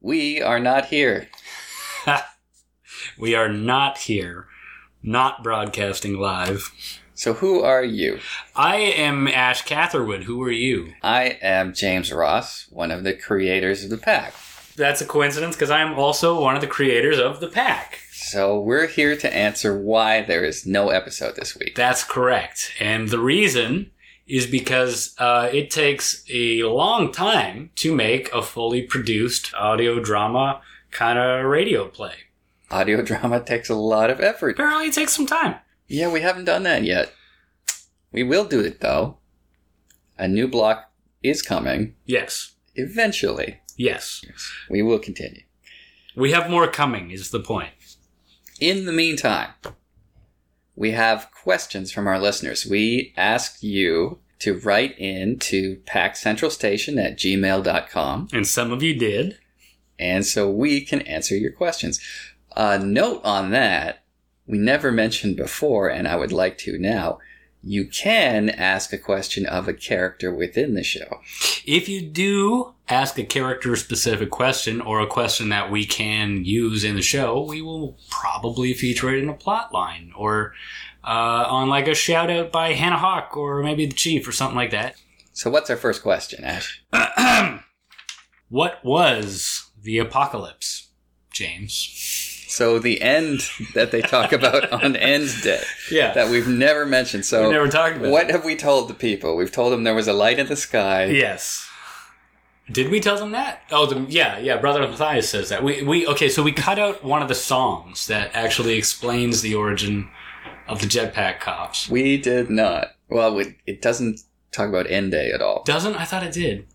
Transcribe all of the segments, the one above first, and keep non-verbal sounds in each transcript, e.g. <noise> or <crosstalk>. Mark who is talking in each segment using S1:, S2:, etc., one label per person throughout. S1: We are not here.
S2: We are not here, not broadcasting live.
S1: So, who are you?
S2: I am Ash Catherwood. Who are you?
S1: I am James Ross, one of the creators of the pack.
S2: That's a coincidence because I am also one of the creators of the pack.
S1: So, we're here to answer why there is no episode this week.
S2: That's correct. And the reason is because uh, it takes a long time to make a fully produced audio drama kind of radio play.
S1: Audio <laughs> drama takes a lot of effort.
S2: Apparently, it takes some time.
S1: Yeah, we haven't done that yet. We will do it though. A new block is coming
S2: Yes.
S1: eventually.
S2: Yes.
S1: We will continue.
S2: We have more coming, is the point.
S1: In the meantime, we have questions from our listeners. We ask you to write in to packcentralstation at gmail.com,
S2: And some of you did.
S1: and so we can answer your questions. A note on that we never mentioned before, and I would like to now. You can ask a question of a character within the show.
S2: If you do ask a character specific question or a question that we can use in the show, we will probably feature it in a plot line or uh, on like a shout out by Hannah Hawk or maybe the Chief or something like
S1: So, what's our first question, Ash?
S2: that. what was the apocalypse, James?
S1: So, the end that they talk about <laughs> on End Day
S2: Yeah.
S1: that we've never mentioned. So,
S2: we never talked about
S1: What have we told the people? We've told them there was a light in the sky.
S2: Yes. Did we tell them that? Oh, the, yeah, yeah. Brother Matthias says that. We we okay. So we cut out one of the songs that actually explains the origin of the jetpack cops.
S1: We did not. Well, we, it doesn't talk about end day at all.
S2: Doesn't I thought it did?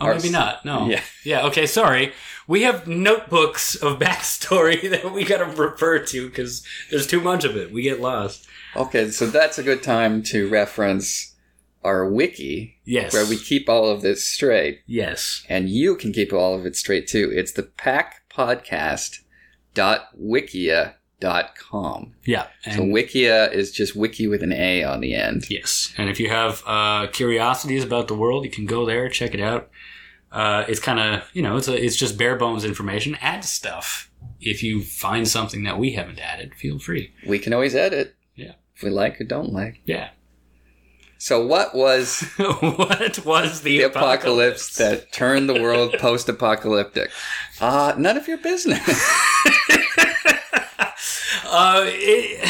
S2: Oh,
S1: Our-
S2: maybe not. No.
S1: Yeah.
S2: Yeah. Okay. Sorry. We have notebooks of backstory <laughs> that we got to refer to because there's too much of it. We get lost.
S1: Okay, so that's a good time to reference our wiki
S2: Yes.
S1: where we keep all of this straight,
S2: Yes.
S1: and you can keep all of it straight too. It's the packpodcast.wikia.com.
S2: Yeah.
S1: So wikia is just wiki with an A on the end.
S2: Yes. And if you have uh, curiosities about the world, you can go there, check it out. Uh, it's kind of, you know, it's, a, it's just bare bones information. Add stuff. If you find something that we haven't added, feel free.
S1: We can always edit.
S2: Yeah.
S1: If we like or don't like.
S2: Yeah. <laughs>
S1: So what was
S2: what was the,
S1: the apocalypse that turned the world post apocalyptic. Uh, none of your business.
S2: <laughs>
S1: <laughs>
S2: uh, it,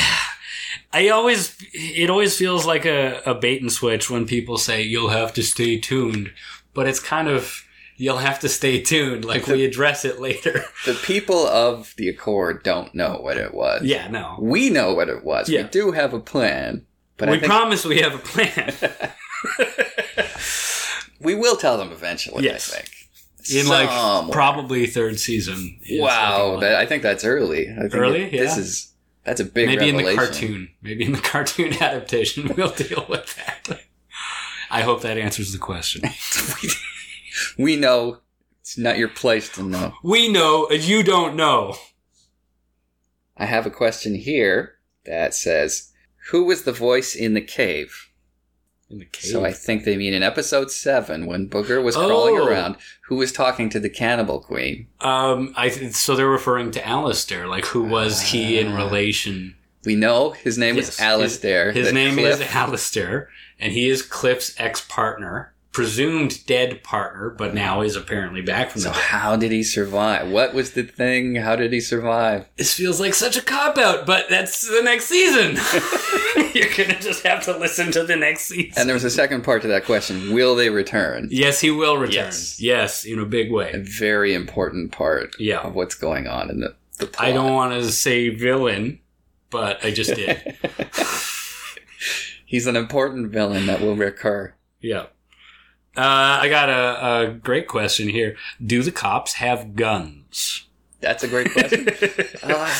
S2: I always, it always feels like a, a bait and switch when people say you'll have to stay tuned, but it's kind of, you'll have to stay tuned.
S1: <laughs>
S2: Like we address it later. <laughs>
S1: the people of the Accord don't know what it was.
S2: yeah, no.
S1: We know what it was.
S2: Yeah.
S1: We do have a plan, but
S2: we
S1: I think
S2: promise we have
S1: <laughs>
S2: a plan.
S1: we will tell them eventually.
S2: Yes.
S1: I think.
S2: in like
S1: Somewhere.
S2: probably third season. is
S1: wow,
S2: something like
S1: that, I think that's early. I think
S2: Early?
S1: that This
S2: Yeah.
S1: is that's a big
S2: maybe in the
S1: revelation.
S2: cartoon, maybe in the <laughs> cartoon adaptation, we'll deal with that. I hope that answers the question.
S1: We know it's not your place to know.
S2: We know and you don't know.
S1: I have a question here that says, "Who was the voice in the cave?"
S2: In the cave.
S1: So I think they mean in episode seven when Booger was
S2: Oh.
S1: crawling around, who was talking to the cannibal queen.
S2: um, I th- so they're referring to Alistair. Like, who was he in
S1: Ah.
S2: relation?
S1: We know his name
S2: Yes.
S1: is Alistair.
S2: His
S1: that
S2: name
S1: Cliff-
S2: is Alistair, and he is Cliff's ex-partner, presumed dead partner, but now is apparently back from
S1: So
S2: the
S1: how did he survive? What was the thing? How did he survive?
S2: This feels like such a cop out, but that's the
S1: <laughs>
S2: next season. <laughs> You're gonna just have to listen to the next season.
S1: And there was a second part to that question. Will they return?
S2: yes, he will return. Yes.
S1: Yes.
S2: in a big
S1: A
S2: way.
S1: very important part
S2: Yeah.
S1: of what's going on in the, the plot.
S2: I
S1: <laughs>
S2: don't want to say villain, but I just did.
S1: He's an important villain that will recur.
S2: yeah. Uh, I got a, a great question here. Do the cops
S1: <laughs>
S2: have guns?
S1: That's a great
S2: <laughs>
S1: question. Uh,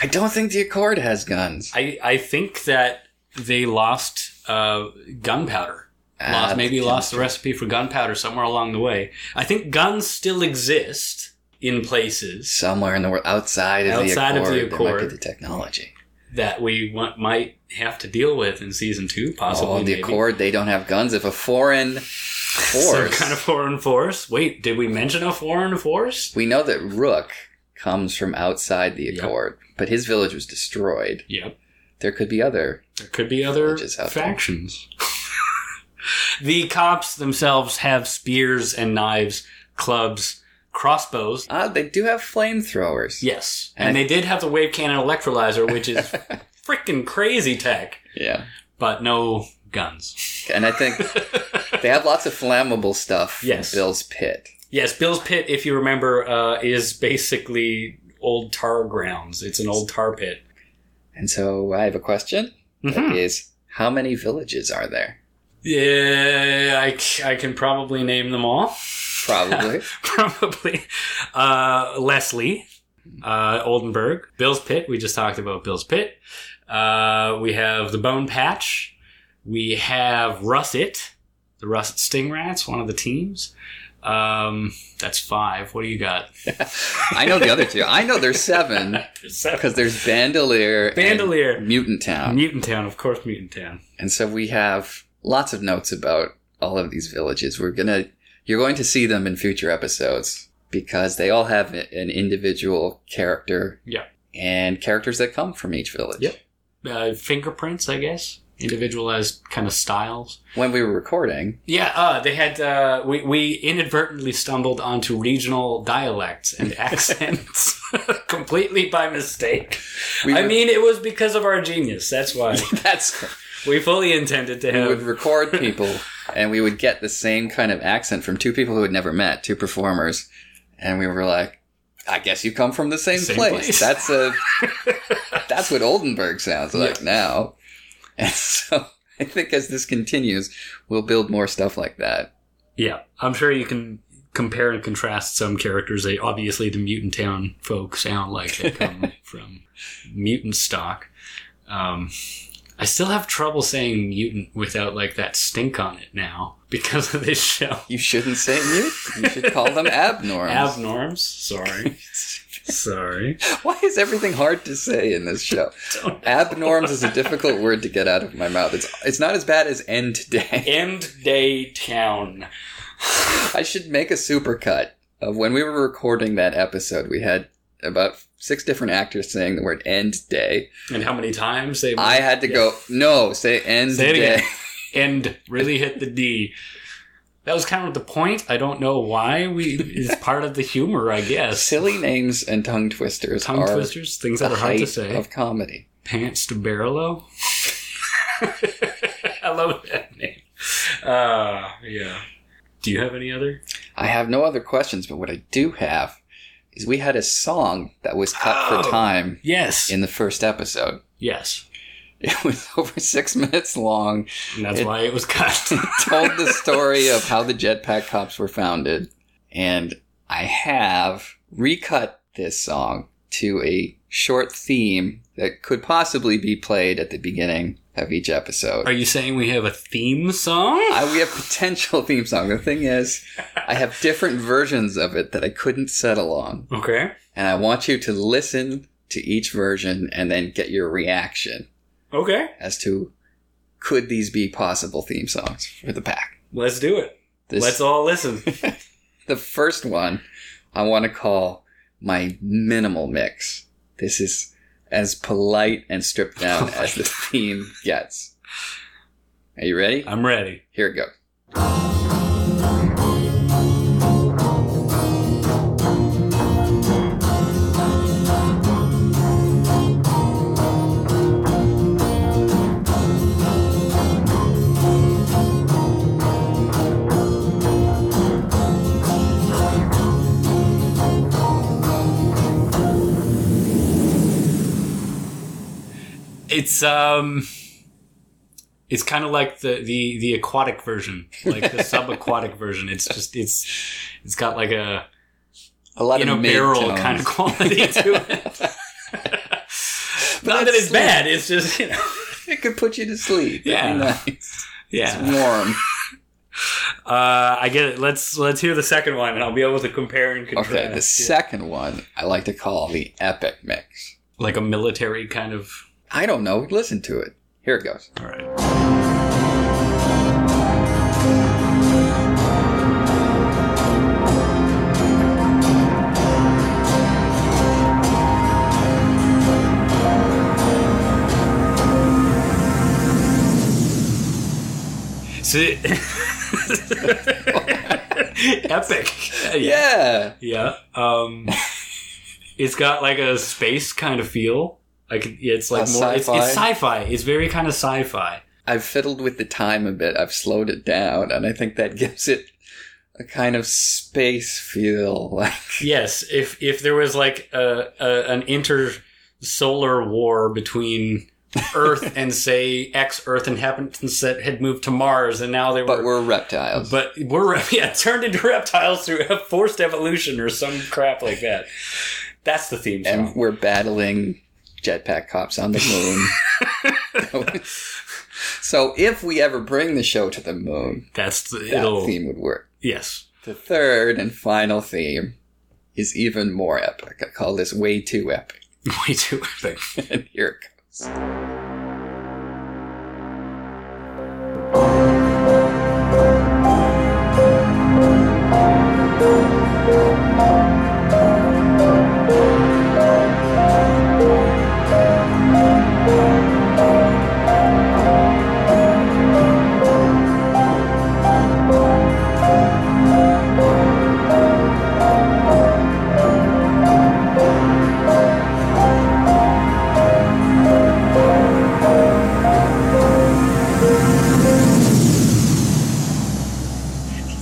S1: I don't think the Accord has guns.
S2: I, I think that they lost uh, gunpowder. lost,
S1: Ah,
S2: maybe
S1: the
S2: lost the recipe for gunpowder somewhere along the way. I think guns still exist in places
S1: somewhere in the world outside of
S2: Outside
S1: the
S2: of
S1: accord,
S2: the
S1: there might be
S2: Accord.
S1: the technology.
S2: that we want, might have to deal with in season two, possibly.
S1: oh, the
S2: maybe.
S1: accord, they don't have guns. If a foreign force.
S2: <laughs> Some kind of foreign force. Wait, did we mention a foreign force?
S1: We know that Rook comes from outside the
S2: Yep.
S1: Accord, but his village was destroyed.
S2: Yep.
S1: There could be other.
S2: There could be other
S1: Villages out there.
S2: factions. <laughs> the cops themselves have spears and knives, clubs, crossbows.
S1: Ah, they do have flamethrowers.
S2: Yes.
S1: And
S2: And they did have the wave cannon electrolyzer,
S1: <laughs>
S2: which is freaking crazy tech,
S1: Yeah.
S2: but no guns.
S1: And I
S2: <laughs>
S1: think they have lots of flammable stuff
S2: Yes.
S1: in Bill's pit.
S2: Yes, Bill's Pit, if you remember, uh, is basically old tar grounds. It's an old tar pit.
S1: And so I have a question
S2: Mhm.
S1: is how many villages are there?
S2: Yeah, I, c- I can probably name them all. <laughs>
S1: Probably. <laughs>
S2: probably. Uh, Leslie, uh, Oldenburg, Bill's Pit. We just talked about Bill's Pit. Uh, we have the Bone Patch. We have Russet, the Russet Sting Rats, one of the teams. Um, that's five. What do you got?
S1: I know the other two. I know there's seven
S2: <laughs>
S1: because there's Bandolier, and
S2: Bandolier.
S1: Mutant Town.
S2: Mutant Town, of course, Mutant Town.
S1: And so we have lots of notes about all of these villages. We're gonna, you're going to see them in future episodes because they all have a- an individual character.
S2: Yeah.
S1: And characters that come from each village.
S2: Yep. Uh, fingerprints, I guess. Individualized kind of styles.
S1: When we were recording,
S2: Yeah, uh, they had. Uh, we we inadvertently stumbled onto regional dialects <laughs> and accents <laughs> completely by mistake.
S1: we
S2: I
S1: would-
S2: mean, it was because of our genius. That's why
S1: <laughs> that's
S2: we fully intended to
S1: we would <laughs>
S2: have.
S1: record people and we would get the same kind of accent from two people who had never met, two performers, and we were like, I guess you come from the same,
S2: Same
S1: place.
S2: place.
S1: That's <laughs> a that's what Oldenburg sounds like now. And <laughs> so I think as this continues, we'll build more stuff like that.
S2: Yeah, I'm sure you can compare and contrast some characters. They obviously the mutant town folk sound like they come from mutant stock. Um, I still have trouble saying mutant without like that stink on it now <laughs> because of this show.
S1: You shouldn't say mute. You should call <laughs> them abnorms. <laughs>
S2: Abnorms. Sorry. Sorry.
S1: Why is everything hard to say in this <laughs> show?
S2: Don't-
S1: Abnorms is a difficult word to get out of my mouth. It's it's not as bad as end today.
S2: End day town. <laughs>
S1: I should make a supercut of when we were recording that episode. We had about six different actors saying the word "end day."
S2: And how many times they
S1: I had to go no, say "end
S2: Say it
S1: day."
S2: again. end really hit the D. That was kind of the point. I don't know why we it's part of the humor,
S1: <laughs>
S2: I guess.
S1: Silly names and tongue twisters
S2: Tongue
S1: are
S2: twisters, things
S1: the
S2: that are hard to
S1: height
S2: say.
S1: of comedy.
S2: Pants to Barrelo. <laughs> I love that name. Uh, yeah. Do you have any other?
S1: I have no other questions, but what I do have is we had a song that was cut
S2: Oh.
S1: for time
S2: Yes.
S1: in the first episode. <laughs>
S2: yes.
S1: It was over six minutes long.
S2: And that's
S1: It-
S2: why it was cut. <laughs>
S1: told the story of how the jetpack cops were founded, and I have recut this song to a short theme that could possibly be played at the beginning of each episode.
S2: Are you saying we have a theme song?
S1: I, we have potential theme song. The thing is, I have different versions of it that I couldn't settle on,
S2: Okay.
S1: and I want you to listen to each version and then get your reaction
S2: Okay.
S1: as to could these be possible theme songs for the pack.
S2: Let's do it.
S1: This
S2: Let's
S1: <laughs>
S2: all listen.
S1: the first one I want to call my minimal mix. This is as polite and stripped down as the theme gets. Are you ready?
S2: I'm ready.
S1: Here it goes.
S2: It's um it's kind of like the, the the aquatic version,
S1: <laughs>
S2: like the subaquatic version. It's just it's it's got like a
S1: A lot
S2: in a
S1: of
S2: barrel
S1: mid-tones.
S2: kind of quality to
S1: <laughs>
S2: it. Not that
S1: that's-
S2: it's bad. It's just you know
S1: It could put you to sleep. That'd be
S2: <laughs> Yeah.
S1: nice.
S2: yeah.
S1: It's
S2: <laughs>
S1: warm.
S2: Uh, I get it. Let's let's hear the second one, and I'll be able to compare and contrast.
S1: Okay,
S2: Yeah.
S1: the second one I like to call the epic mix.
S2: like a military kind of.
S1: I don't know. Listen to it. Here it goes.
S2: All right. That's it. <laughs> Epic. Yeah.
S1: Yeah.
S2: Yeah. Um,
S1: <laughs>
S2: it's got like a space kind of feel. Like it's like
S1: A
S2: more. It's, it's
S1: sci-fi.
S2: sci-fi. It's very kind of sci-fi.
S1: I've fiddled with the time a bit. I've slowed it down, and I think that gives it a kind of space feel. <laughs> Like
S2: Yes. If if there was like a, a an inter-solar war
S1: <laughs>
S2: between Earth and say X Earth inhabitants that had moved to Mars and now they were.
S1: but we're reptiles.
S2: <laughs> But we're <laughs> yeah turned into reptiles through forced evolution or some crap like that. That's the theme song.
S1: and we're battling jetpack cops on the
S2: <laughs>
S1: moon. <laughs> so if we ever bring the show to the moon,
S2: That's the,
S1: that
S2: it'll
S1: theme would work.
S2: yes. <laughs>
S1: The third and final theme is even more epic. I call this way too epic. <laughs>
S2: Way too epic.
S1: and here it goes.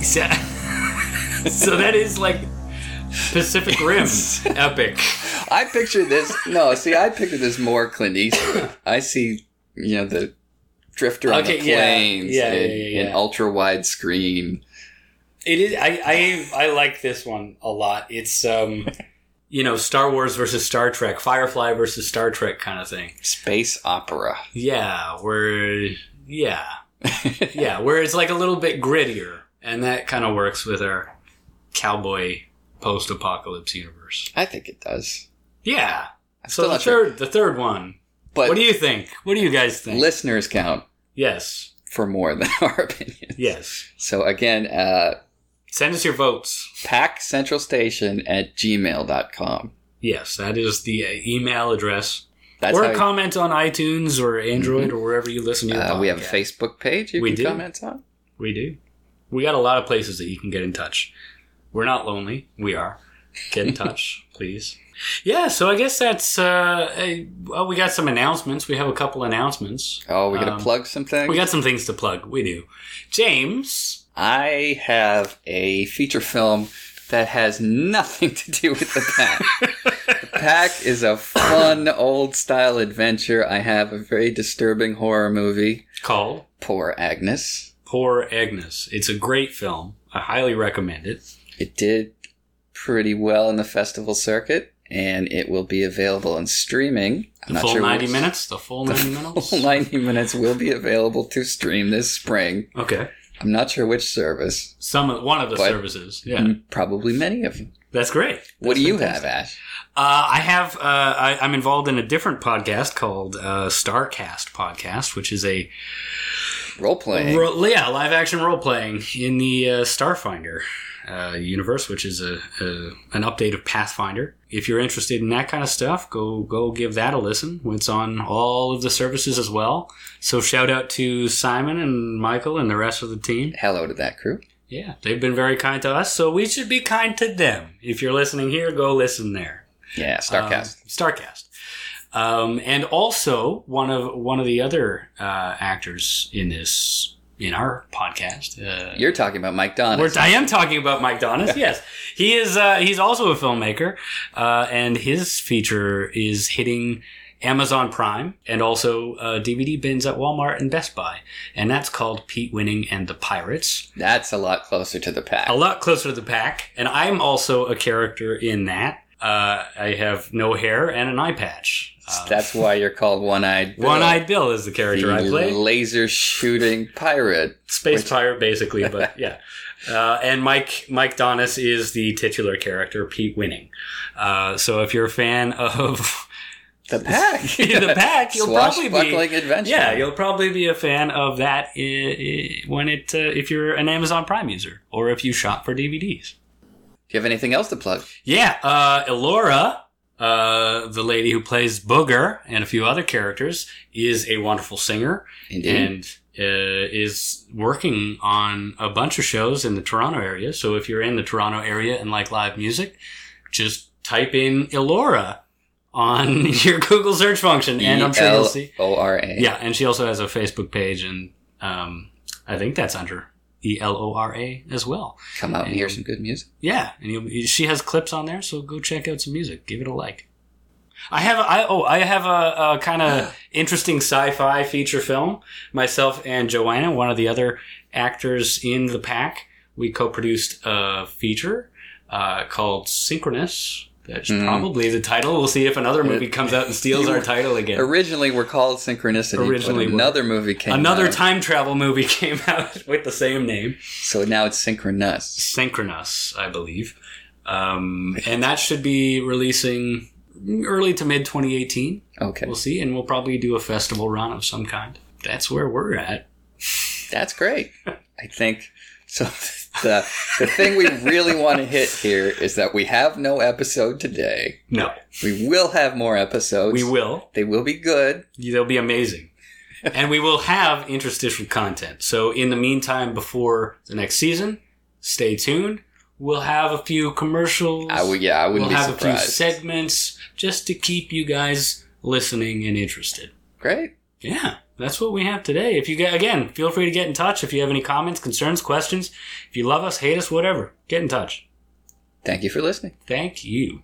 S2: So, <laughs> so that is like
S1: <laughs>
S2: Pacific Rim epic.
S1: I picture
S2: <laughs>
S1: this. No, see, I picture this more Clint Eastwood. I see, you know, the drifter on
S2: Okay,
S1: the
S2: yeah.
S1: planes
S2: Yeah, yeah,
S1: in,
S2: yeah, yeah.
S1: in ultra wide screen.
S2: It is. I, I I like this one a lot. It's um, <laughs> you know, Star Wars versus Star Trek, Firefly versus Star Trek kind of thing.
S1: space opera.
S2: Yeah, where <laughs> yeah, yeah, where it's like a little bit grittier, and that kind of works with our cowboy post-apocalypse universe.
S1: I think it does.
S2: Yeah.
S1: I'm
S2: So
S1: still
S2: the
S1: not sure.
S2: third, the third one.
S1: But
S2: what do you think? What do you guys think?
S1: listeners count
S2: yes,
S1: for more than <laughs> our opinion.
S2: yes.
S1: So again, uh,
S2: Send us your votes.
S1: packcentralstation at gmail.com.
S2: Yes, that is the uh, email address.
S1: That's
S2: or
S1: how you-
S2: comment on iTunes or Android or wherever you listen to your
S1: uh, we have a
S2: podcast.
S1: Facebook page you
S2: We
S1: can
S2: do.
S1: comment on.
S2: We do. We got a lot of places that you can get in touch. We're not lonely. We are.
S1: <laughs>
S2: Get in touch, please. Yeah, so I guess that's. Uh, a- well, we got some announcements. We have a couple announcements.
S1: Oh, we got to
S2: Um,
S1: plug some things?
S2: We got some things to plug. We do. James.
S1: I have a feature film that has nothing to do with the
S2: <laughs>
S1: pack. the pack is a fun old style adventure. I have a very disturbing horror movie,
S2: Called
S1: Poor Agnes.
S2: Poor Agnes. It's a great film. I highly recommend it.
S1: It did pretty well in the festival circuit, and it will be available on streaming. I'm
S2: The
S1: not
S2: full
S1: sure
S2: 90
S1: which-
S2: minutes? The full
S1: The
S2: 90
S1: <laughs>
S2: minutes?
S1: full 90 minutes will be available to stream this spring.
S2: Okay.
S1: I'm not sure which service.
S2: Some of, one of the
S1: But- Mm-hmm.
S2: services. Yeah.
S1: Probably many of them.
S2: That's great.
S1: What
S2: That's
S1: do you
S2: fantastic.
S1: have, Ash?
S2: Uh, I have. Uh, I, I'm involved in a different podcast called uh, Starcast Podcast, which is a
S1: Role playing.
S2: ro- yeah live action role playing in the uh, Starfinder uh, universe, which is a, a an update of Pathfinder. If you're interested in that kind of stuff, go go give that a listen. It's on all of the services as well. So shout out to Simon and Michael and the rest of the team.
S1: Hello to that crew.
S2: Yeah, they've been very kind to us, so we should be kind to them. If you're listening here, go listen there.
S1: Yeah, Starcast.
S2: Um, Starcast. Um, and also one of one of the other uh, actors in this in our podcast. Uh,
S1: You're talking about Mike Donald.
S2: we're- I am talking about Mike
S1: <laughs>
S2: Donis. yes, he is. Uh, he's also a filmmaker, uh, and his feature is hitting Amazon Prime and also uh, DVD bins at Walmart and Best Buy, and that's called Pete Winning and the Pirates
S1: That's a lot closer to the pack.
S2: a lot closer to the pack, and I'm also a character in that. Uh, I have no hair and an eye patch. Um,
S1: That's why you're called One Eyed.
S2: One Eyed Bill is the
S1: the
S2: character I play.
S1: laser shooting pirate.
S2: Space
S1: which-
S2: pirate, basically, but yeah. Uh, and Mike Mike Donis is the titular character, Pete Winning. Uh, so if you're a fan of <laughs>
S1: The pack.
S2: the
S1: <laughs>
S2: pack, you'll probably be
S1: Swashbuckling adventure.
S2: yeah, you'll probably be a fan of that i- i- when it uh, if you're an Amazon Prime user or if you shop for DVDs.
S1: Do you have anything else to plug?
S2: Yeah, uh, Elora, uh, the lady who plays Booger and a few other characters is a wonderful singer
S1: Indeed.
S2: and uh, is working on a bunch of shows in the Toronto area. So if you're in the Toronto area and like live music, just type in Elora on <laughs> your Google search function, and I'm sure you'll see.
S1: O R A.
S2: Yeah, and she also has a Facebook page, and um, I think that's under E L O R A as well.
S1: Come out and hear some good music.
S2: Yeah, and you, she has clips on there, so go check out some music. Give it a like. I have I oh I have a, a kind of interesting sci-fi feature film. Myself and Joanna, one of the other actors in the pack, we co-produced a feature uh, called Synchronous. That's
S1: Mm.
S2: probably the title. We'll see if another movie comes out and steals our title again.
S1: Originally, we're called Synchronicity.
S2: Originally
S1: but
S2: were.
S1: another movie came.
S2: Another
S1: out,
S2: time travel movie <laughs> came out with the same name.
S1: So now it's Synchronous.
S2: Synchronous, I believe. Um, and that should be releasing early to mid 2018.
S1: Okay,
S2: We'll see. And we'll probably do a festival run of some kind. That's where we're at.
S1: that's great. I think so. <laughs> The the thing we really want to hit here is that we have no episode today.
S2: No,
S1: We will have more episodes.
S2: we will.
S1: They will be good.
S2: They'll be amazing. <laughs> and we will have interstitial content. So, in the meantime, before the next season, stay tuned. We'll have a few commercials.
S1: I would. Yeah, I
S2: we'll
S1: wouldn't
S2: have
S1: be
S2: a few
S1: surprised.
S2: segments just to keep you guys listening and interested.
S1: Great.
S2: Yeah, that's what we have today. If you get again, feel free to get in touch if you have any comments, concerns, questions. If you love us, hate us, whatever, get in touch.
S1: Thank you for listening.
S2: Thank you.